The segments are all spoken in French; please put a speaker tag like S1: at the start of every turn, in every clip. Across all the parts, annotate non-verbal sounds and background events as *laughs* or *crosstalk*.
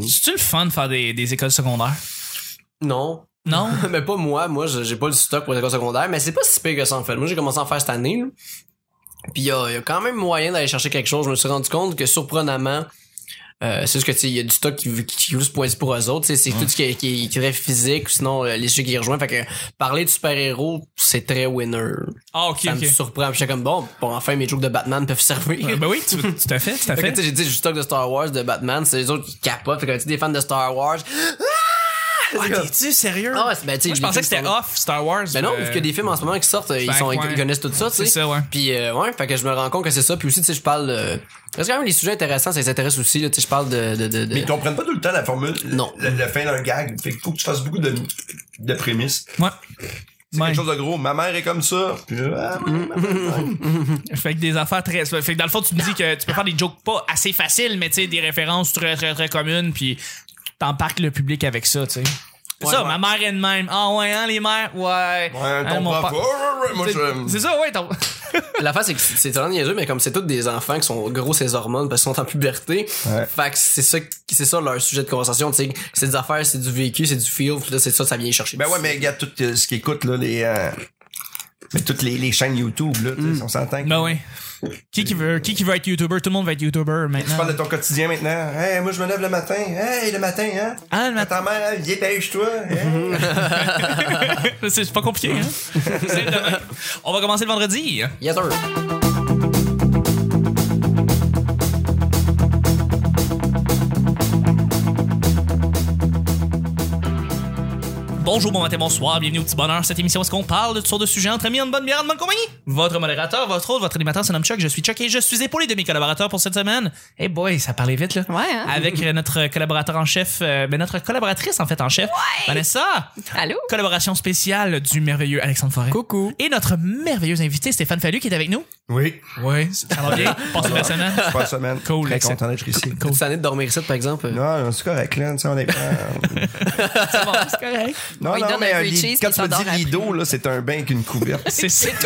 S1: C'est-tu le fun de faire des, des écoles secondaires?
S2: Non. *laughs*
S1: Non?
S2: mais pas moi. Moi, je- j'ai pas le stock pour les écoles secondaires. Mais c'est pas si pire que ça, en fait. Moi, j'ai commencé à en faire cette année. là. Puis il y a, il y a quand même moyen d'aller chercher quelque chose. Je me suis rendu compte que, surprenamment, euh, c'est juste que tu sais, il y a du stock qui, qui veut se poser pour eux autres. Tu sais, C'est tout ce qui est, qui est très physique, ou sinon euh, les sujets qui rejoignent. Fait que parler de super-héros, c'est très winner.
S1: Ah, ok,
S2: Ça
S1: ok.
S2: me surprend. Puis j'étais comme bon, pour enfin mes jokes de Batman peuvent servir.
S1: Euh, Ben oui, tu- tout à fait, tout à
S2: *laughs* Fait
S1: fait.
S2: que, tu sais, j'ai dit, j'ai du stock de Star Wars, de Batman, c'est les autres qui capotent. Fait que, tu sais, des fans de Star Wars.
S1: Ah, t'es-tu sérieux?
S2: Ah ouais, c'est- ben, tu sais,
S1: Moi, je
S2: les
S1: pensais que
S2: films
S1: c'était
S2: sont-
S1: off Star Wars.
S2: Ben non,
S1: euh,
S2: vu qu'il y a des films en ce moment qui sortent, ils,
S1: ben,
S2: sont, ils
S1: ouais.
S2: connaissent tout ça, tu sais.
S1: C'est ça, ouais.
S2: Puis, euh, ouais, fait que je me rends compte que c'est ça. Puis aussi, tu sais, je parle. euh, parce que quand même, les sujets intéressants, ça les intéresse aussi, là. Tu sais, je parle de. de, de, de-
S3: Mais ils comprennent pas tout le temps la formule,
S2: Non.
S3: la, la fin d'un gag. Fait qu'il faut que tu fasses beaucoup de, de prémices.
S1: Ouais.
S3: C'est
S1: Ouais.
S3: quelque chose de gros. Ma mère est comme ça. Puis, euh, ah, ma mère, ma mère, ma mère.
S1: Fait que des affaires très. Fait que dans le fond, tu me dis que tu peux faire des jokes pas assez faciles, mais tu sais, des références très, très, très communes, puis t'embarques le public avec ça, tu sais. C'est
S2: Ouais,
S1: ça,
S2: ouais.
S1: ma mère est de même. Ah ouais, hein, les mères? Ouais. *laughs*
S3: Ouais,
S1: Hein,
S3: ton
S1: mon
S3: papa.
S1: père-
S3: Ouais, ouais, ouais, moi,
S1: C'est-
S3: je-
S1: C'est ça, ouais, ton. *laughs*
S2: La face, c'est que c'est c'est tellement niaiseux, mais comme c'est tous des enfants qui sont gros ces hormones parce qu'ils sont en puberté.
S3: Ouais.
S2: Fait que c'est ça, qui- c'est ça leur sujet de conversation, tu sais. C'est des affaires, c'est du vécu, c'est du feel, puis là, c'est ça, ça vient chercher.
S3: Ben ouais, mais regarde tout euh, ce qu'ils écoutent, là, les. euh, mais toutes les, les chaînes YouTube, là, tu sais, on s'entend. que-
S1: Ben ouais. Qui qui veut, qui qui veut être YouTuber? Tout le monde va être YouTuber
S3: Tu
S1: maintenant.
S3: parles de ton quotidien maintenant. Hey, moi, je me lève le matin. Hey, le matin, hein?
S1: Ah, le matin. Mm-hmm.
S3: Ta mère, viens, dépêche-toi. hein?
S1: C'est c'est pas compliqué, hein? *laughs* C'est demain. On va commencer le vendredi.
S2: Yes, sir.
S1: Bonjour, bon matin, bonsoir, bienvenue au petit bonheur. Cette émission, où est-ce qu'on parle de toutes sortes de sujets entre amis, en bonne bière, en bonne compagnie? Votre modérateur, votre hôte, votre animateur, se nomme Chuck, je suis Chuck et je suis épaulé de mes collaborateurs pour cette semaine. Hey boy, ça parlait vite, là.
S4: Ouais, hein?
S1: Avec euh, notre collaborateur en chef, euh, ben, notre collaboratrice, en fait, en chef, Vanessa.
S4: Allô?
S1: Collaboration spéciale du merveilleux Alexandre Forêt.
S2: Coucou.
S1: Et notre merveilleux invité, Stéphane Fallu, qui est avec nous.
S3: Oui,
S1: Oui. Ça va *laughs* bien? Passe une belle semaine.
S3: super semaine.
S1: Cool,
S3: Très
S1: excellent.
S3: content d'être ici.
S1: Cool.
S2: Cette année de dormir ici, par exemple. euh,
S3: Non, non, c'est correct, là. Tu sais, on est pas-
S1: Ça va, c'est correct.
S3: Non,
S4: On lui
S3: non,
S4: donne
S3: mais
S4: un
S3: un
S4: peu de
S3: lit-
S4: cheese,
S3: quand
S4: puis
S3: tu
S4: il
S3: me dis
S4: s'endort
S3: lido, là, c'est un bain qu'une couverte.
S1: C'est ça. *laughs*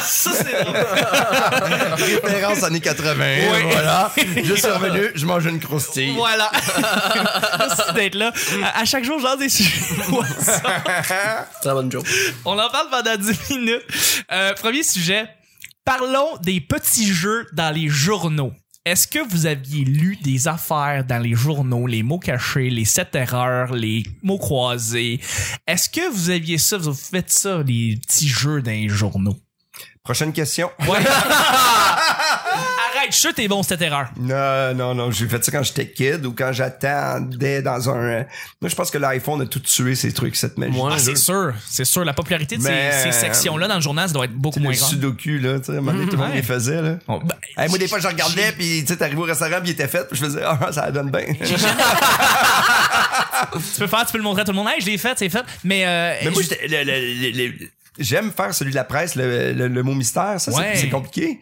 S1: Ça, c'est drôle.
S3: Référence années 80. Voilà. Je suis revenu, je mange une croustille.
S1: Voilà. *laughs* Merci d'être là. À, à chaque jour, j'en des sujets.
S2: Très bonne joke.
S1: *laughs* On en parle pendant 10 minutes. Euh, premier sujet. Parlons des petits jeux dans les journaux. Est-ce que vous aviez lu des affaires dans les journaux, les mots cachés, les sept erreurs, les mots croisés? Est-ce que vous aviez ça, vous faites ça, les petits jeux dans les journaux?
S3: Prochaine question. *laughs*
S1: Ouais. Arrête, chut, t'es bon, cette erreur.
S3: Non, non, non, j'ai fait ça quand j'étais kid ou quand j'attendais dans un. euh, Moi, je pense que l'iPhone a tout tué ces trucs, cette magie.
S2: Moi,
S1: Ah, c'est sûr, c'est sûr. La popularité de ces-
S3: Mais-
S1: ces, sections-là dans le journal, ça doit être beaucoup
S3: C'est le
S1: moins grande.
S3: sudoku, là, tu sais, à un moment donné, tout le monde
S1: ouais.
S3: les faisait, là.
S1: Bon, ben,
S3: Hey, moi, des fois, je regardais, puis tu sais, t'arrivais au restaurant, puis il était fait, puis je faisais, ah, ça donne bien.
S1: tu
S3: *laughs*
S1: peux faire, tu peux le montrer à tout le monde. Hey, je l'ai fait, c'est fait. Mais, euh,
S3: Mais moi, j'étais- le- le- le- le- j'aime faire celui de la presse, le, le- le mot mystère, ça, c'est-
S1: Ouais.
S3: c'est compliqué.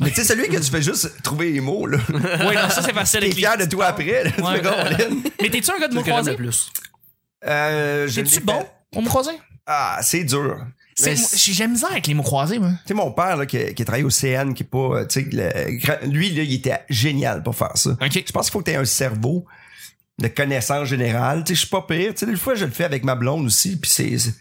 S3: Mais tu sais, celui que tu fais juste trouver les mots, là.
S1: ouais, non, ça c'est facile.
S3: *laughs* T'es
S1: avec les-
S3: fier de toi après, là, tu
S1: Ouais. *laughs*
S3: fais, Colin.
S1: Mais t'es-tu un gars de mots
S2: C'est le que j'aime
S1: croisés?
S2: le plus.
S3: Euh, je
S1: T'es-tu
S3: l'ai
S1: bon
S3: fait.
S1: aux mots croisés?
S3: Ah, c'est dur.
S1: C'est-
S2: Mais
S1: moi, J'ai j'ai la misère avec les mots croisés, moi.
S3: Tu sais, mon père, là, qui, a- qui a travaillé au CN, qui est pas, euh, tu sais, le grand- lui, là, il était génial pour faire ça.
S1: OK.
S3: Je pense qu'il faut que tu aies un cerveau de connaissance générale. Tu sais, je suis pas pire. Tu sais, des fois, je le fais avec ma blonde aussi, puis c'est, c'est,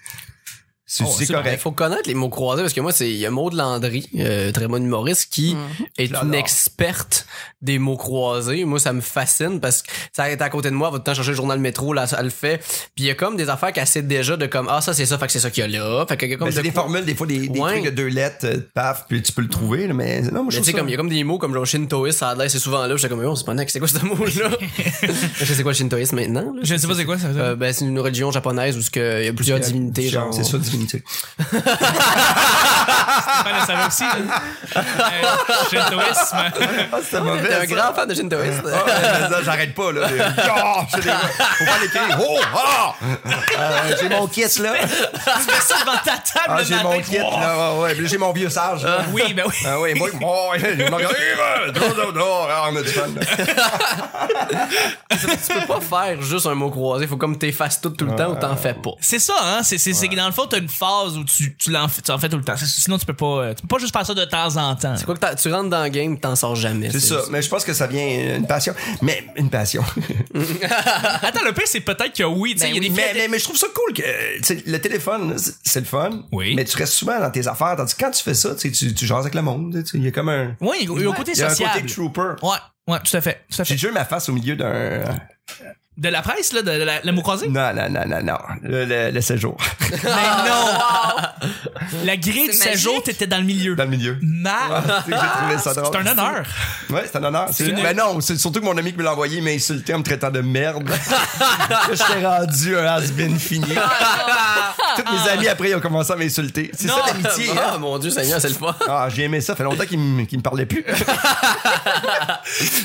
S3: c'est,
S1: Oh,
S3: c'est
S1: c'est
S2: Il
S3: correct.
S2: faut connaître les mots croisés parce que moi, c'est il y a Maud Landry, euh, très bonne humoriste, qui
S1: Mm-hmm.
S2: est
S3: l'adore.
S2: une experte des mots croisés. Moi, ça me fascine parce que ça est à côté de moi, elle va tout le temps chercher le journal métro, là, elle le fait. Puis il y a comme des affaires qu'elle sait déjà de comme, ah, ça, c'est ça, fait que c'est ça qu'il y a là. Fait que il y a comme
S3: Mais Ben, c'est
S2: de
S3: des
S2: quoi-
S3: formules, des fois, des, des
S2: Ouais.
S3: trucs de deux lettres, euh, paf, puis tu peux le trouver, là, mais non, moi,
S2: Mais
S3: je
S2: tu
S3: trouve
S2: sais,
S3: ça-
S2: comme, il y a comme des mots comme genre shintoïste, ça a l'air, c'est souvent là. J'étais comme, oh, c'est pas next, c'est quoi ce
S1: *laughs*
S2: mot-là? je sais c'est quoi le shintoïste maintenant, là.
S1: Je sais pas c'est quoi ça.
S2: Euh, ben, c'est une religion japonaise où ce que- il y a plusieurs divinités, genre.
S3: C'est ça, divinité.
S1: Stéphane le savait
S3: *laughs*
S1: aussi. là. Euh, Shintoïsme.
S3: Ah, c'était mauvais.
S2: *laughs* T'es un
S3: ça.
S2: grand fan de shintoïste?
S3: Ah, ouais, mais ça, j'arrête
S2: *laughs*
S3: pas, là. Oh, c'est des- Faut pas l'écrire. Oh, ah! Euh, j'ai mon kit, là.
S1: tu
S2: *laughs*
S1: fais ça devant ta table
S3: Ah,
S1: le
S3: j'ai
S1: matin.
S3: mon kit,
S1: Wow.
S3: là. Ouais, ouais. Puis là, j'ai mon vieux sage, là.
S1: Oui, ben oui.
S3: Ah oui,
S2: *laughs*
S3: moi, moi, je me regarde, Eh, ben, non, non, non, ah, on a du fun. là.
S2: tu peux pas faire juste un mot croisé. Faut comme t'effaces tout tout le temps ou t'en fais pas.
S1: C'est ça, hein? C'est, c'est, c'est que dans le fond, t'as une, phase où tu, tu, l'en, fais- tu en fais tout le temps. C'est- Sinon, tu peux pas, euh, tu peux pas juste faire ça de temps en temps.
S2: C'est quoi que t'as- tu rentres dans le game, t'en sors jamais.
S3: C'est ça. Mais je pense que ça vient euh, une passion. Mais une passion.
S1: *laughs* Attends, le pire, c'est peut-être que oui. tu sais,
S2: Ben
S1: Il y a des filles
S3: mais, mais, mais je trouve ça cool que euh, tu sais, le téléphone, c'est- c'est le fun.
S1: Oui.
S3: Mais tu restes souvent dans tes affaires. Tandis que quand tu fais ça, tu, sais, tu, tu jases avec le monde. tu sais, Il y a comme un.
S1: Oui, il y a- il y a un côté
S3: Il y a un
S1: social.
S3: côté trooper.
S1: Ouais, ouais, tout à fait. Tout à fait.
S3: J'ai déjà eu ma face au milieu d'un.
S1: De la presse, là, de, de la, la mot croisé?
S3: Non, non, non, non, non. Le, le- le séjour. *laughs*
S1: Mais non! *laughs* La grille du
S4: C'est magique.
S1: séjour, t'étais dans le milieu.
S3: Dans le milieu.
S1: Ma...
S3: Ah, tu sais, J'ai trouvé ça drôle.
S1: C'est un honneur.
S3: Ouais, c'est un honneur. C'est-
S1: une-
S3: Ben non, c'est surtout que mon ami qui me l'a envoyé m'a insulté en me traitant de
S1: *laughs*
S3: merde. je t'ai rendu un has-been fini. Tous mes amis après, ils ont commencé à m'insulter. C'est
S1: Non.
S3: ça l'amitié. hein.
S2: Ah, mon Dieu, Seigneur, c'est le
S3: *laughs*
S2: fun.
S3: Ah, j'ai aimé ça. Fait longtemps qu'il me, qu'il me parlait plus.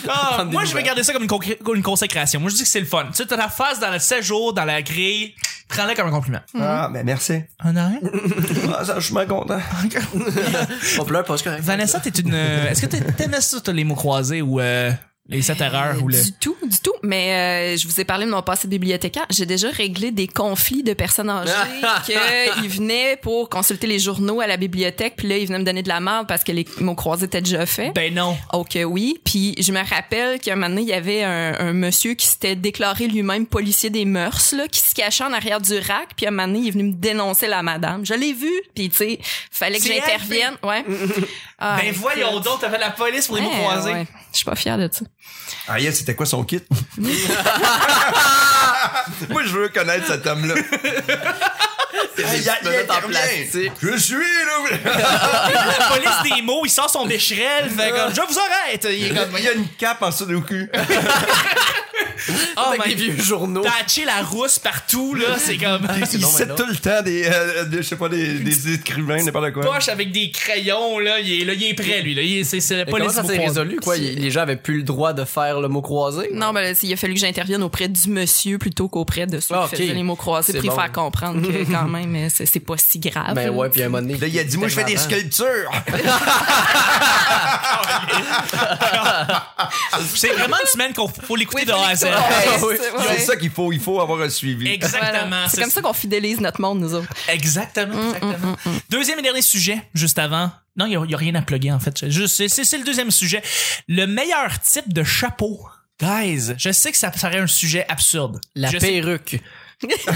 S1: Ah,
S2: des
S1: moi, je vais
S2: nouvelles.
S1: garder ça comme une, concré- une consécration. Moi, je dis que c'est le fun. Tu sais, t'as ta face dans le séjour, dans la grille. Prends-la comme un compliment.
S2: Mhm.
S3: Ah, ben merci.
S1: Un arrêt?
S3: Ah, ça, je suis bien content.
S2: On pleure pas, c'est correct.
S1: Vanessa, t'es une. euh, Est-ce que t'es- t'aimais ça, t'as les mots croisés ou euh, les 7 erreurs ou le.
S4: Ben, Du tout, du tout. Mais euh, je vous ai parlé de mon passé de bibliothécaire. J'ai déjà réglé des conflits de
S1: *laughs*
S4: personnes âgées qu'ils venaient pour consulter les journaux à la bibliothèque. Puis là, ils venaient me donner de la merde parce que les mots croisés étaient déjà faits.
S1: Ben non.
S4: Oh que oui. Puis je me rappelle qu'à un moment donné, il y avait un, un monsieur qui s'était déclaré lui-même policier des mœurs, là, qui se cachait en arrière du rack. Puis à un moment donné, il est venu me dénoncer la madame. Je l'ai vu. Puis tu sais, fallait que
S1: C'est elle,
S4: j'intervienne. Ouais. Ah,
S1: *laughs* ben voyons donc, t'avais la police pour les mots
S4: ouais,
S1: croisés.
S4: ouais. Je suis pas fière de ça.
S3: Ariel, Ah, c'était quoi son
S2: *laughs*
S3: kit? Moi, je veux connaître cet homme-là. Ah,
S2: des petites menottes en plastique.
S3: Je suis là.
S1: La police des mots, il sort son bécherel, fait
S4: Ah.
S1: comme je vous arrête. Il est comme.
S3: Il y a une cape en dessous du cul.
S2: Ah,
S1: Oh
S2: Avec
S1: my
S2: les vieux journaux.
S1: Tatcher la rousse partout, là, c'est comme.
S3: Il
S2: non, mais
S3: sait
S2: non.
S3: tout le temps des, euh, des- je sais pas, des, des écrivains, n'importe quoi.
S1: poche avec des crayons, là, il est, là, il est prêt, lui, là. Il est- C'est c'est la
S2: Mais
S1: police
S2: comment ça
S1: des
S2: s'est
S1: mots croisés.
S2: résolu, quoi? Il- Les gens avaient plus le droit de faire le mot croisé?
S4: Non, ben là, c'est- il a fallu que j'intervienne auprès du monsieur plutôt qu'auprès de ceux
S2: Ah, ok.
S4: qui faisaient les mots croisés
S2: C'est
S4: pour lui
S2: bon.
S4: faire comprendre que quand même, euh, c'est c'est pas si grave.
S2: Ben ouais, puis à un moment donné.
S3: Là, il a dit, moi, je fais
S2: *laughs*
S3: des sculptures.
S2: Ah,
S1: C'est vraiment une semaine qu'on faut l'écouter de A à Z.
S4: Ouais,
S2: oui.
S4: c'est-
S3: C'est
S4: ouais.
S3: ça qu'il faut, il faut avoir un suivi.
S1: Exactement.
S4: Voilà. C'est
S1: c'est-
S4: comme ça qu'on fidélise notre monde, nous autres.
S1: Exactement,
S2: Mm,
S1: exactement. Deuxième et dernier sujet, juste avant. Non, il n'y a, rien à plugger, en fait. Juste- C'est c'est- c'est le deuxième sujet. Le meilleur type de chapeau. Guys, je sais que ça serait un sujet absurde.
S2: La
S1: je sais-
S2: perruque.
S1: Alex!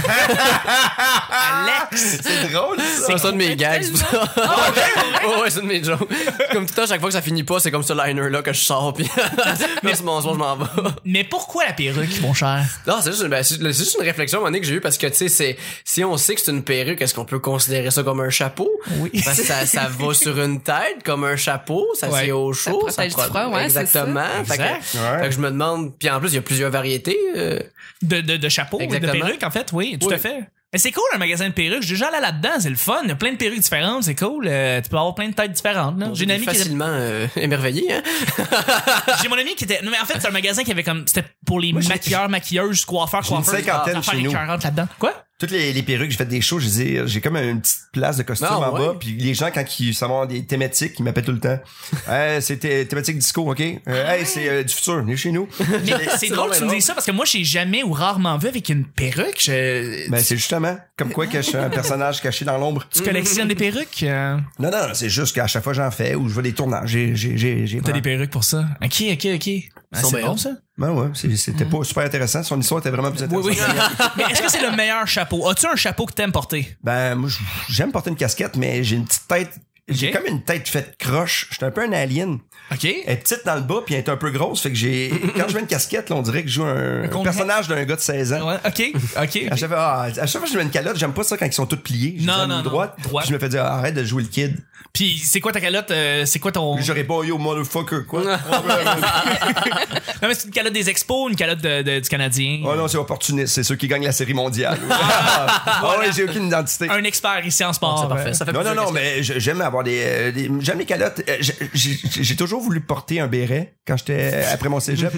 S3: C'est drôle, ça.
S2: C'est ça de mes gags.
S4: tellement-
S2: c'est pour ça. *laughs* Ouais, ouais, c'est de mes jokes. Comme tout le temps, chaque fois que ça finit pas, c'est comme ce liner-là que je sors,
S1: *laughs*
S2: puis *laughs* mais c'est mon soir, je m'en vais.
S1: Mais pourquoi la perruque, mon cher?
S2: Non, c'est juste, ben, c'est c'est juste une réflexion, à un moment donné, que j'ai eue, parce que, tu sais, c'est, si on sait que c'est une perruque, est-ce qu'on peut considérer ça comme un chapeau?
S1: Oui.
S2: Parce que ça,
S1: *laughs*
S2: ça va sur une tête, comme un chapeau, ça
S1: Ouais.
S2: c'est au chaud.
S4: protège
S2: pro-
S4: du froid, ouais, c'est ça.
S2: Exactement. Fait que-
S1: Exact.
S3: Ouais.
S2: Fait que je me demande, puis en plus, il y a plusieurs variétés. euh,
S1: De, de, de chapeau,
S2: Exactement.
S1: de perruque, en fait, oui, tout
S2: Oui.
S1: à fait. Mais c'est cool un magasin de perruques. J'ai déjà allé là-dedans, c'est le fun. Il y a plein de perruques différentes, c'est cool. Euh, tu peux avoir plein de têtes différentes. là.
S2: on
S1: J'ai une
S2: est
S1: amie qui était-
S2: facilement euh, émerveillé. Hein?
S1: J'ai mon ami qui était. Non, mais en fait, c'est un magasin qui avait comme. C'était pour les
S3: j'ai-
S1: maquilleurs, maquilleuses, coiffeurs,
S3: J'ai une
S1: coiffeurs.
S3: cinquantaine chez nous.
S1: là-dedans. Quoi?
S3: Toutes les, les perruques, j'ai fait des shows, je les ai- j'ai comme une petite place de costume
S2: Ah,
S3: en
S2: ouais.
S3: bas, puis les gens, quand ils savent des thématiques, ils m'appellent
S1: *laughs*
S3: tout le temps. hey, c'est thé- thématique disco, OK? Euh,
S1: Ah
S3: hey, c'est euh, du futur,
S1: *laughs*
S3: venez chez nous.
S1: Mais
S3: Ah,
S1: c'est drôle que tu me
S2: drôle.
S1: dises ça parce que moi, j'ai jamais ou rarement vu avec une perruque. Je...
S3: Ben, c'est justement comme quoi que je suis un personnage caché dans l'ombre.
S1: tu collectionnes des perruques? euh?
S3: Non, non, non, c'est juste qu'à chaque fois j'en fais ou je vois des tournages. J'ai, j'ai, j'ai, j'ai
S1: T'as des perruques pour ça? Ok, ok, ok. Ah,
S2: sont
S1: c'est
S2: bien
S1: bon,
S2: hauts.
S1: ça?
S3: Ben ouais, c'est- c'était
S1: Mhm.
S3: pas super intéressant. Son histoire était vraiment plus intéressante.
S1: *laughs* mais est-ce que c'est le meilleur chapeau? As-tu un chapeau que t'aimes porter?
S3: Ben, moi, j- j'aime porter une casquette, mais j'ai une petite tête. J'ai
S1: Ok.
S3: comme une tête faite croche. J'étais un peu un alien.
S1: Ok.
S3: Elle est petite dans le bas, puis elle est un peu grosse. Fait
S1: *laughs*
S3: que j'ai. Quand je mets une casquette, là, on dirait que je joue un,
S1: congrès.
S3: personnage d'un gars de 16 ans.
S1: Ouais, ok,
S3: *laughs* À
S1: ok.
S3: chaque, fois, ah, à chaque fois que je mets une calotte, j'aime pas ça quand ils sont tous pliés. Je
S1: Non,
S3: les aime
S1: non, non.
S3: droite.
S1: Droite.
S3: Puis Je me fais dire, ah, arrête de jouer le kid.
S1: Puis c'est quoi ta calotte? euh, c'est quoi ton.
S3: J'aurais pas yo motherfucker, quoi.
S1: *laughs* Non, mais c'est une calotte des expos, une calotte de- de- du Canadien.
S3: oh non, c'est opportuniste. C'est ceux qui gagnent la série mondiale. Ah ouais, j'ai aucune identité.
S1: Un expert ici en sport.
S2: c'est parfait.
S1: euh,
S2: Ça fait
S3: Non, non,
S2: plusieurs
S3: non,
S2: questions.
S3: mais je- j'aime avoir des, euh, des- J'aime les calottes. Euh, j'ai- J'ai j'ai toujours voulu porter un béret quand j'étais euh, après
S1: *laughs*
S3: mon cégep,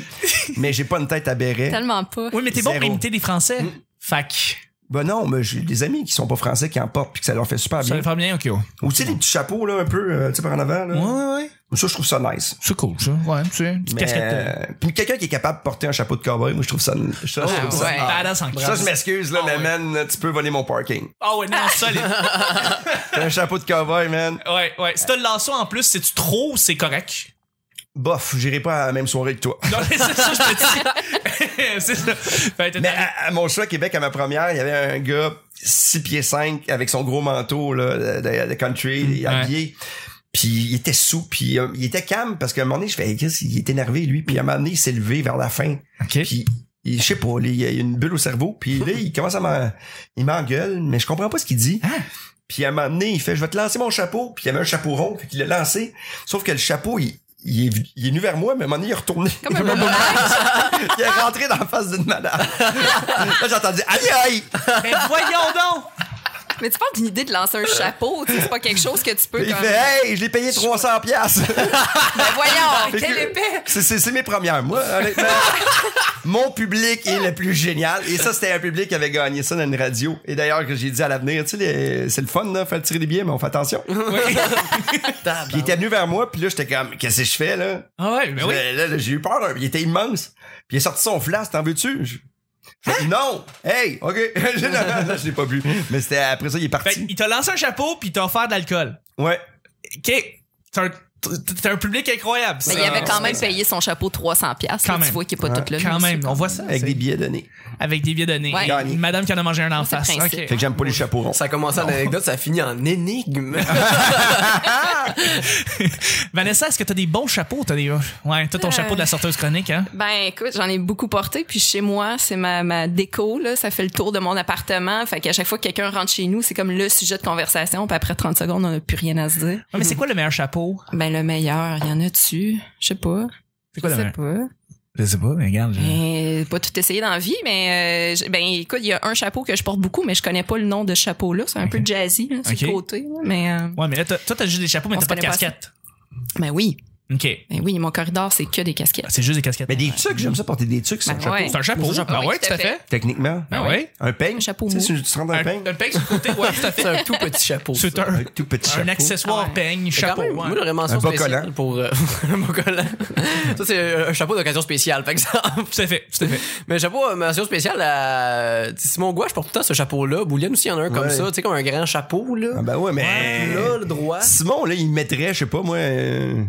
S3: mais j'ai pas une tête à béret.
S4: Tellement pas.
S1: Oui, mais t'es bon pour
S3: Zéro. Mm.
S1: imiter des Français. Fac.
S3: Ben non, mais j'ai des amis qui sont pas français qui en portent puis que ça leur fait super
S1: Ça
S3: bien.
S1: va faire Ah, bien, ok. Ouais,
S3: Ou tu sais, les petits chapeaux, là, un peu, euh, tu sais, par en avant, là.
S1: ouais, ouais.
S3: Ça, je trouve ça nice.
S1: C'est cool, ça. Ouais, tu sais, une petite
S3: Mais,
S1: casquette. euh,
S3: euh, puis quelqu'un qui est capable de porter un chapeau de cowboy, moi, je trouve ça. ça, je
S4: Ah,
S3: trouve oh, ça-
S4: ouais.
S1: Badass Ah, en
S3: Ça, je
S1: crise.
S3: m'excuse, là, mais man, tu peux voler mon parking.
S1: Ah ouais,
S3: *laughs*
S1: non, solide.
S3: Un chapeau de cowboy, man.
S1: Ouais, ouais. Si t'as le lasso en plus, c'est-tu trop, c'est correct.
S3: Bof, j'irai pas à la même soirée que toi.
S1: Non, mais c'est ça, je te dis. *laughs* c'est ça. Fait que t'es
S3: Mais à, à mon choix, Québec, à ma première, il y avait un gars 6 pieds 5 avec son gros manteau là, de, de country,
S1: Mm,
S3: habillé. Puis il était sous, puis euh, il était calme parce qu'à un moment donné, je fais, Hey, Chris, il est énervé, lui. Puis à un moment donné, il s'est levé vers la fin.
S1: Ok.
S3: Puis il- je sais pas, là, il y a une bulle au cerveau. Puis là, il commence à m'en- il m'engueule, mais je comprends pas ce qu'il dit. Puis à un moment donné, il fait, je vais te lancer mon chapeau. Puis il y avait un chapeau rond, puis il l'a lancé. Sauf que le chapeau, il, il est, vu- il est venu vers moi, mais à un moment donné, il est retourné.
S4: *laughs* Comme un boomerang.
S3: *laughs* il est rentré dans la face d'une
S4: *laughs*
S3: madame. là, j'ai entendu, aïe aïe!
S1: Mais eh, voyons donc!
S4: Mais tu parles d'une idée de lancer un chapeau, tu sais, c'est pas quelque chose que tu peux
S3: Il
S4: comme.
S3: fait, hey, je l'ai payé 300
S4: *laughs*
S3: piastres.
S4: Ben voyons,
S3: Fait
S4: quel
S3: que-
S4: épais!
S3: C'est- C'est c'est mes premières. Moi,
S4: *laughs*
S3: honnêtement, mon public est le plus génial. Et ça, c'était un public qui avait gagné ça dans une radio. Et d'ailleurs, que j'ai dit à l'avenir, tu sais, les- c'est le fun, là, faire tirer des billets, mais on fait attention. Puis il était venu vers moi, puis là, j'étais comme, qu'est-ce que je fais, là?
S1: Ah ouais, mais oui.
S3: Là, là, j'ai eu peur, là. il était immense. Puis il a sorti son flasque, t'en veux-tu? Je- je fais, Non! Hey! OK! *laughs* je non, je l'ai pas bu. Mais c'était après ça, il est
S1: Fait que
S3: parti.
S1: il t'a lancé un chapeau puis il t'a offert de l'alcool.
S3: Ouais.
S1: Ok. T'es un, t'es un public incroyable.
S4: Mais
S1: ça.
S4: il avait quand même payé son chapeau 300$. piastres,
S1: Quand
S4: là,
S1: même.
S4: Tu vois qu'il est pas
S3: Ouais,
S4: tout là.
S1: Quand
S4: lui,
S1: même,
S4: c'est
S1: on voit ça.
S3: Avec
S1: c'est-
S3: des billets donnés.
S1: avec des billets donnés.
S4: Ouais.
S1: Une Madame qui en a mangé un en
S4: C'est le
S1: face.
S4: principe.
S1: Ok.
S3: Fait que j'aime pas les chapeaux ronds.
S2: Ça a commencé en anecdote, ça finit en énigme.
S1: Vanessa, est-ce que t'as des bons chapeaux? T'as des... Ouais, t'as ton
S4: Euh.
S1: chapeau de la sorteuse chronique, hein?
S4: Ben écoute, j'en ai beaucoup porté puis chez moi, c'est ma, ma déco là, ça fait le tour de mon appartement, fait qu'à chaque fois que quelqu'un rentre chez nous, c'est comme le sujet de conversation, puis après 30 secondes, on n'a plus rien à se dire.
S1: Ouais, mais c'est quoi le meilleur chapeau?
S4: Ben le meilleur, il y en a-tu Je sais pas.
S1: C'est quoi
S4: je
S1: le
S4: sais
S1: meilleur?
S4: pas.
S1: Je sais pas, mais regarde.
S4: Ben, pas tout essayer dans la vie, mais euh, j- ben écoute, il y a un chapeau que je porte beaucoup, mais je connais pas le nom de ce chapeau là, c'est un peu jazzy, là, c'est
S1: Ok.
S4: le côté, là, mais euh,
S1: Ouais, mais là, t'as- toi, t'as juste des chapeaux, mais
S4: On
S1: t'as
S4: se
S1: pas de
S4: connaît pas
S1: casquette.
S4: ben oui,
S1: Ok.
S4: ben oui, mon corridor c'est que des casquettes.
S1: C'est juste des casquettes.
S3: Mais des trucs, j'aime ça porter des trucs, c'est
S4: Ben
S3: un chapeau.
S4: ouais.
S1: C'est un chapeau.
S4: C'est un chapeau.
S1: Ah
S4: Oui,
S1: ouais, tout à fait.
S3: Techniquement.
S1: Ah ouais?
S3: Un peigne?
S4: Un chapeau
S3: Tu sais,
S4: mou.
S3: tu- tu te rends dans
S1: Un,
S3: un peigne?
S1: un peigne sur le côté, *laughs* ouais, tout à fait.
S2: C'est un tout petit chapeau.
S1: C'est
S2: ça.
S1: un,
S3: Un tout petit
S1: un
S3: chapeau.
S1: accessoire
S4: Ah ouais.
S1: peigne,
S2: Mais quand
S1: chapeau.
S2: même,
S1: ouais.
S2: Moi, j'aurais mention
S3: Un bas
S2: spéciale
S3: collant.
S2: pour euh, *laughs* un bas collant. Ça, c'est un chapeau d'occasion spéciale, par exemple.
S1: Tout à fait, tout à fait.
S2: Mais chapeau, euh, mention spéciale à euh, Simon Gouache porte tout le temps ce chapeau-là. Bouliane aussi, il y en a un comme
S3: Ouais.
S2: ça, tu sais, comme un grand chapeau, là.
S3: Ah ben ouais, mais.
S2: Là, le droit.
S3: Simon, là, il mettrait, je sais pas, moi. euh,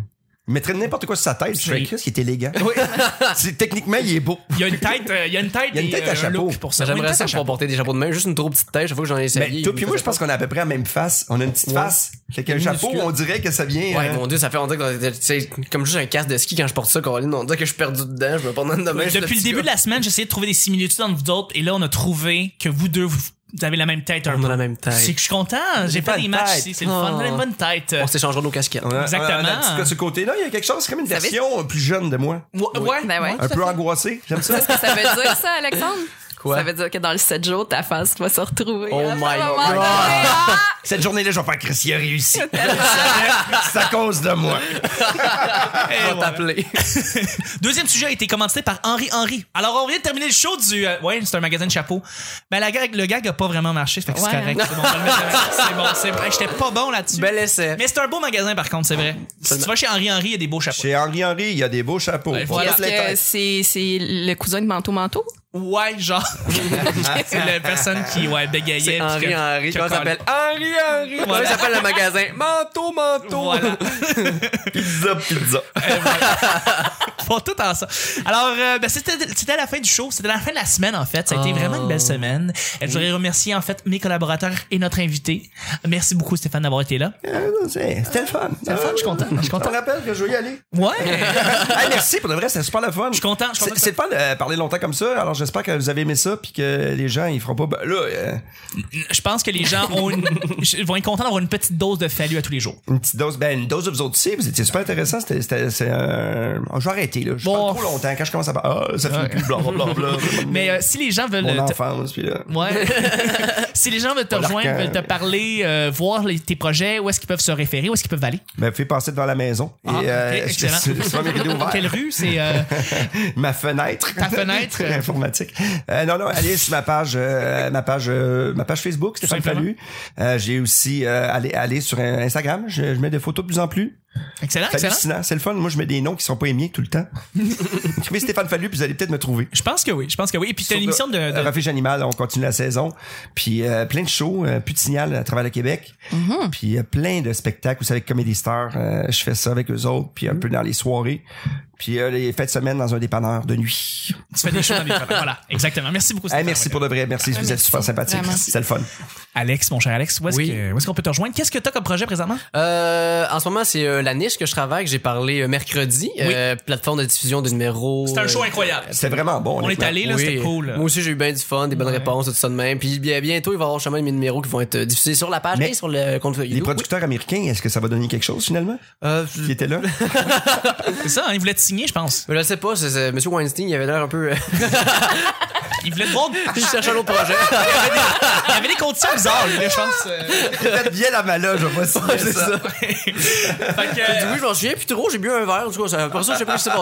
S3: Il mettrait n'importe quoi sur sa tête. Je fais
S1: Oui.
S3: qu'est-ce qui est élégant. *laughs* C'est- Techniquement, il est beau.
S1: Il y a une tête, euh, il y a une tête,
S3: Il y a une
S1: et,
S3: tête à
S1: euh, un
S3: chapeau.
S1: look pour ça. Ouais, une
S2: J'aimerais
S1: tête
S2: ça
S1: à
S2: pouvoir porter des chapeaux de main, juste une trop petite tête. Chaque fois que j'en ai essayé.
S3: Mais
S2: il
S3: Ben, toi
S2: me
S3: puis moi,
S2: faisait
S3: je pense qu'on a à peu près la même face. On a une petite face. Fait qu'un
S2: Minuscule.
S3: chapeau, on dirait que ça vient.
S2: Ouais,
S3: euh,
S2: mon dieu, ça fait on dirait que tu sais, comme juste un casque de ski quand je porte ça, Caroline, on dirait que je suis perdu dedans, je me prends dans le domaine. je suis
S1: Depuis le
S2: petit
S1: début de
S2: gars.
S1: la semaine, j'ai essayé de trouver des similitudes entre vous autres et là, on a trouvé que vous deux, vous vous avez la même tête un
S2: On a
S1: peu.
S2: la même tête.
S1: C'est que je suis content, j'ai
S3: pas
S1: fait des
S3: de
S1: matchs
S3: tête.
S1: ici, c'est le fun,
S2: Oh.
S1: on a une bonne tête.
S2: On s'échangera nos casquettes.
S3: on a- on a-
S1: Exactement.
S3: on a un petit peu ce côté-là, il y a quelque chose, c'est comme une
S4: Vous savez-
S3: version euh, plus jeune de moi.
S1: Ouais, ouais.
S4: Ben ouais.
S3: Un peu angoissé. J'aime
S4: Tu sais
S3: ça.
S4: ce que ça veut dire, ça, Alexandre?
S2: Quoi?
S4: Ça veut dire que dans le 7 jours, ta face va se retrouver.
S2: Oh
S4: à
S2: my
S4: un moment
S2: God.
S4: donné. Ah!
S3: Cette journée-là, je vais faire Chris, il a réussi. *laughs* c'est à cause de moi.
S1: Et
S2: On va
S1: Euh, voilà.
S2: t'appeler.
S1: Deuxième sujet a été commencé par Henri Henri. Alors, on vient de terminer le show du. euh, ouais, c'est un magasin de chapeaux. Ben, la gag, le gag a pas vraiment marché, fait que c'est
S4: Ouais,
S1: correct. C'est bon, on va le mettre- c'est bon, c'est bon. Hey, J'étais pas bon là-dessus.
S2: Bel essai.
S1: Mais c'est un beau magasin, par contre, c'est vrai. Si tu vas chez Henri Henri, il y a des beaux chapeaux.
S3: Chez Henri Henri, il y a des beaux chapeaux.
S1: Ouais,
S3: Pour
S1: voilà.
S3: toutes
S4: Est-ce
S3: les
S4: que
S3: têtes.
S4: c'est, c'est le cousin de Manteau Manteau?
S1: Ouais, genre. *laughs* c'est la personne qui, ouais, bégayait.
S2: C'est
S1: puis
S2: Henri
S1: que-
S2: Henri.
S1: que
S2: Comment ça
S1: colle.
S2: s'appelle? Henri Henri. Comment
S1: Voilà.
S2: ça s'appelle le magasin? Manteau, manteau.
S1: Voilà.
S3: Pizza, pizza.
S1: *laughs* Pas tout ensemble. Alors, euh, ben, c'était c'était la fin du show. C'était la fin de la semaine, en fait. Ça a été
S2: Ah.
S1: vraiment une belle semaine. Et je voudrais remercier, en fait, mes collaborateurs et notre invité. Merci beaucoup, Stéphane, d'avoir été là.
S3: Euh, c'est- C'était le fun. C'était
S1: le fun, je suis content, je suis content.
S3: On rappelle que je vais y aller.
S1: Ouais. Euh,
S3: Hey, merci pour de vrai, c'était super le fun. Je
S1: suis content, je suis content que
S3: C'est le fun de parler longtemps comme ça. Alors j'espère que vous avez aimé ça puis que les gens ils feront pas. ben, là, euh,
S1: Je pense que les gens ont une- vont être contents d'avoir une petite dose de fallu à tous les jours.
S3: une petite dose, ben une dose de vous autres ici. Vous étiez super intéressant. C'était, c'était, c'est un. Je vais arrêter là. Je
S1: Bon.
S3: parle trop longtemps quand je commence à. Ah, ça finit plus. Blablabla.
S1: *laughs* Mais euh, si les gens veulent
S3: mon
S1: te-
S3: enfance puis là.
S1: ouais. *laughs* si les gens veulent te
S3: Pas
S1: rejoindre,
S3: l'arcan.
S1: veulent te parler, euh, voir les- tes projets, où est-ce qu'ils peuvent se référer, où est-ce qu'ils peuvent aller
S3: Ben vous pouvez passer devant la maison.
S1: Ah, ok,
S3: euh,
S1: excellent.
S3: c'est- c'est- c'est pas mes vidéos ouvertes.
S1: Quelle rue C'est euh,
S3: *laughs* Ma fenêtre.
S1: Ta fenêtre.
S3: *laughs* Informatique. thématique. Euh, non, non, allez sur ma page, euh, ma page, euh, ma page Facebook, Stéphane
S1: simplement.
S3: Fallu. Euh, j'ai aussi euh, allez, allez sur Instagram. Je, je mets des photos de plus en plus.
S1: Ah, Excellent,
S3: C'est
S1: excellent.
S3: hallucinant, c'est le fun. Moi, je mets des noms qui sont pas les miens tout
S1: *laughs*
S3: le temps. Écrivez Stéphane Fallu, puis vous allez peut-être me trouver.
S1: Je pense que oui, je pense que oui. Et puis t'as
S3: Sur
S1: une émission de,
S3: Euh,
S1: de-
S3: Refuge Animal, on continue la saison. Puis euh, plein de shows, euh, plus de signal à travers le Québec. Puis euh, plein de spectacles aussi avec Comedy Star. Euh, je fais ça avec eux autres, puis un peu dans les soirées. Puis euh, les fêtes de semaine dans un dépanneur de nuit.
S1: tu fais des choses dans les photos. Voilà, exactement. Merci beaucoup.
S3: Hey,
S1: Stéphane.
S3: merci pour le vrai, merci, vous êtes
S4: merci.
S3: super sympathique.
S4: Vraiment.
S3: C'était le fun.
S1: Alex, mon cher Alex, où est-ce
S2: Oui.
S1: que- où est-ce qu'on peut te rejoindre? Qu'est-ce que t'as comme projet présentement?
S2: Euh, en ce moment, c'est euh, la niche que je travaille, que j'ai parlé euh, mercredi, euh, plateforme de diffusion de numéros.
S1: C'est un
S2: euh,
S1: show incroyable.
S3: C'était vraiment bon.
S1: On est
S3: honnêtement.
S1: allé, là,
S2: Oui.
S1: c'était cool.
S2: Moi aussi, j'ai eu bien du fun, des bonnes réponses, tout ça de même. Puis bien- bientôt, il va y avoir chemin mes numéros qui vont être euh, diffusés sur la page
S3: Mais
S2: et sur le compte YouTube.
S3: Les producteurs américains, est-ce que ça va donner quelque chose finalement?
S2: Oui. Euh,
S3: Qui
S1: *laughs*
S3: était là?
S1: C'est ça, hein, il voulait te signer, je pense.
S2: je sais pas, c'est- c'est- Monsieur Weinstein, il avait l'air un peu. *laughs*
S1: Il voulait te voir.
S2: je cherche un
S1: *laughs*
S2: autre projet.
S1: Il avait des conditions bizarres, lui, là, je pense. Euh,
S3: Peut-être bien la malade, je vois pas si c'est ça.
S1: fait que,
S2: Puis oui, je m'en souviens plus trop, j'ai bu un verre, en tout cas, après ça, je sais pas ce qui s'est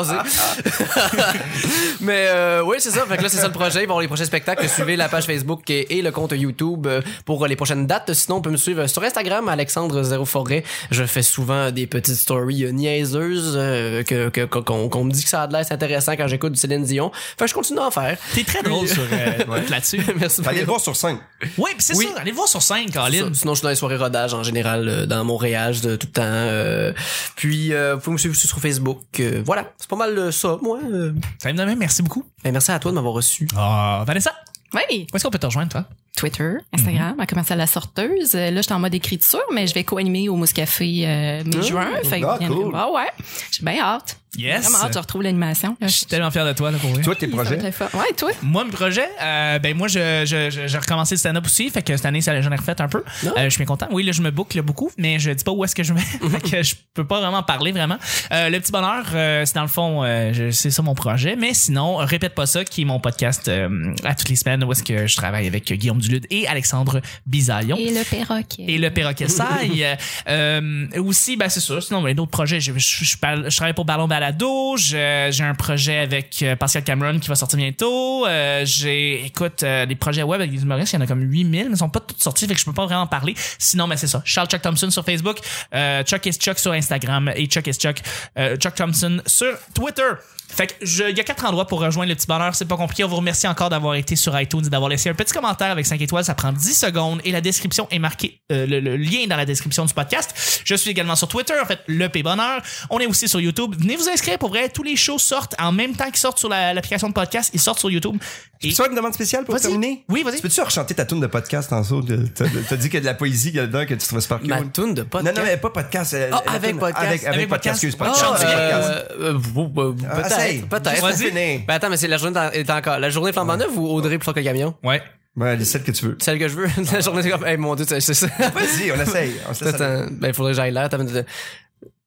S2: passé. *laughs* Mais euh, oui, c'est ça, fait que là, c'est ça le projet, ils vont avoir les prochains spectacles, suivez la page Facebook et, et le compte YouTube euh, pour euh, les prochaines dates. Sinon, on peut me suivre sur Instagram, Alexandre Zéro Forêt. Je fais souvent des petites stories euh, niaiseuses euh, que, que- qu'on, qu'on me dit que ça a de l'air c'est intéressant quand j'écoute du Céline Dion. Fait que je continue à en faire.
S1: *laughs*
S2: *laughs*
S1: T'es très drôle sur, *laughs* euh, là-dessus.
S2: Merci
S3: Fallait le
S2: beaucoup.
S3: voir sur scène.
S1: Oui, pis c'est
S2: Oui.
S1: ça. Allez le voir sur scène, Caroline.
S2: Ça, Sinon, je suis dans les soirées rodage en général, euh, dans mon réage de tout le temps. euh, puis, euh, vous pouvez me suivre aussi sur Facebook. euh, voilà, c'est pas mal euh, ça, moi. euh.
S1: Ça me donne merci beaucoup.
S2: Ben, merci à toi de m'avoir reçu.
S1: Ah, Vanessa,
S4: Oui.
S1: où est-ce qu'on peut te rejoindre, toi?
S4: Twitter, Instagram, à commencer à la sorteuse. Euh, Là, je suis en mode écriture, mais je vais co-animer au Mousse Café euh, mi-juin. Fait que
S3: ah,
S4: viendrez me
S3: cool.
S4: voir, ouais. J'ai bien hâte.
S1: Yes.
S4: Vraiment hâte, je retrouve l'animation. là.
S1: Je suis tellement fier de toi, là, pour vrai.
S3: Toi, tes
S4: Ça va
S3: projets.
S4: être le fun. Ouais, toi?
S1: Moi, mon projet, euh, ben moi, je- je- je- j'ai recommencé le stand-up aussi, fait que cette année, ça j'en ai refait un peu.
S2: Non.
S1: Euh, je suis bien content. Oui, là, je me boucle beaucoup, mais je dis pas où est-ce que je vais, fait que je peux pas vraiment parler vraiment. Euh, le petit bonheur, euh, c'est dans le fond, euh, je- c'est ça mon projet, mais sinon, répète pas ça, qui est mon podcast euh, à toutes les semaines, où est-ce que je travaille avec Guillaume Dulude et Alexandre Bisaillon.
S4: Et le perroquet.
S1: Et le perroquet saille. Euh, euh, aussi, ben, c'est sûr. Sinon, ben, d'autres projets. Je, je, je parle- je travaille pour Ballon Balado. Je- J'ai un projet avec euh, Pascal Cameron qui va sortir bientôt. Euh, J'ai, écoute, euh, des projets web avec des humoristes. Il y en a comme 8000, mais ils sont pas tous sortis, fait que je peux pas vraiment en parler. Sinon, ben, c'est ça. Charles Chuck Thompson sur Facebook, euh, Chuck is Chuck sur Instagram et Chuck is Chuck, euh, Chuck Thompson sur Twitter. Fait que je- il y a quatre endroits pour rejoindre le petit bonheur, c'est pas compliqué. On vous remercie encore d'avoir été sur iTunes et d'avoir laissé un petit commentaire avec 5 étoiles, ça prend 10 secondes et la description est marquée euh, le, le lien est dans la description du podcast. Je suis également sur Twitter, en fait, le P bonheur. On est aussi sur YouTube. Venez vous inscrire pour vrai, tous les shows sortent en même temps qu'ils sortent sur la- l'application de podcast, ils sortent sur YouTube. Et *laughs*
S3: Tu as une demande spéciale pour
S1: Vas-y.
S3: terminer?
S1: Oui, vas-y.
S3: Tu peux-tu rechanter ta tune de podcast en saut? de- T'as t'as dit qu'il y a de la poésie qu'il y a dedans que tu trouvais super cool.
S2: Ma toune de podcast.
S3: Non, non, mais pas podcast. euh,
S2: Ah,
S3: la
S2: avec
S3: toune-
S2: podcast.
S3: Avec, avec
S1: Avec
S3: podcast,
S1: podcast.
S3: excuse,
S1: Ah,
S3: podcast.
S1: euh,
S3: Podcast.
S2: euh, vous- vous-
S3: Ah, essaye.
S2: peut-être, peut-être.
S1: Vas-y.
S3: Juste pour finir.
S2: Ben, attends, mais c'est la journée dans- est encore la journée flambant neuve ou Audrey pour le camion?
S1: ouais.
S3: Ouais, les celles que tu veux.
S2: Celle que je veux. *laughs* la journée comme, hey, mon dieu, c'est c'est ça.
S3: Vas-y, on essaye. On se laisse aller.
S2: Attends, ben, faudrait que j'aille là. Attends, attends.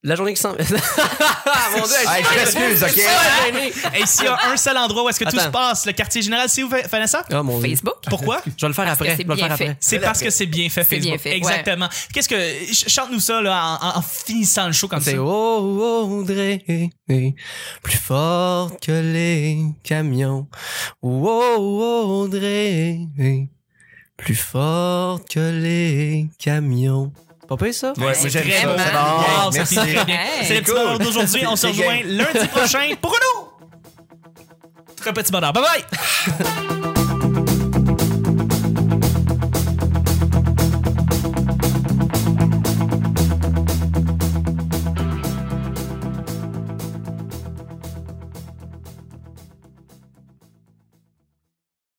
S2: La journée qui s'en. mon *laughs* dieu,
S3: Hey,
S2: hey,
S3: je m'excuse, ok?
S2: je suis gêné.
S1: Et s'il y a un seul endroit où est-ce que tout
S2: Attends.
S1: se passe, le quartier général, c'est où Vanessa
S2: Oh mon dieu.
S4: Facebook.
S1: Pourquoi
S2: Je vais le faire
S4: Parce que
S2: après.
S4: c'est
S2: Je vais le
S4: bien
S2: faire après.
S4: fait.
S1: C'est parce que c'est bien fait
S4: C'est
S1: Facebook.
S4: bien fait, ouais.
S1: Exactement. Qu'est-ce que ch- chante-nous ça là en, en- en finissant le show comme ça
S2: C'est oh Audrey, plus fort que les camions. Oh Audrey, plus fort que les camions. Pas payé ça?
S3: Ouais,
S1: C'est
S3: moi, j'aime
S1: très
S3: ça.
S1: bon.
S3: Ça
S4: Bon.
S3: va.
S1: Wow,
S3: Hey,
S1: ça,
S3: merci.
S1: c'est très bien.
S4: Hey.
S1: C'est le petit
S3: Cool.
S1: bonheur d'aujourd'hui. On se
S3: C'est
S1: rejoint lundi prochain pour un autre petit bonheur. Bye bye.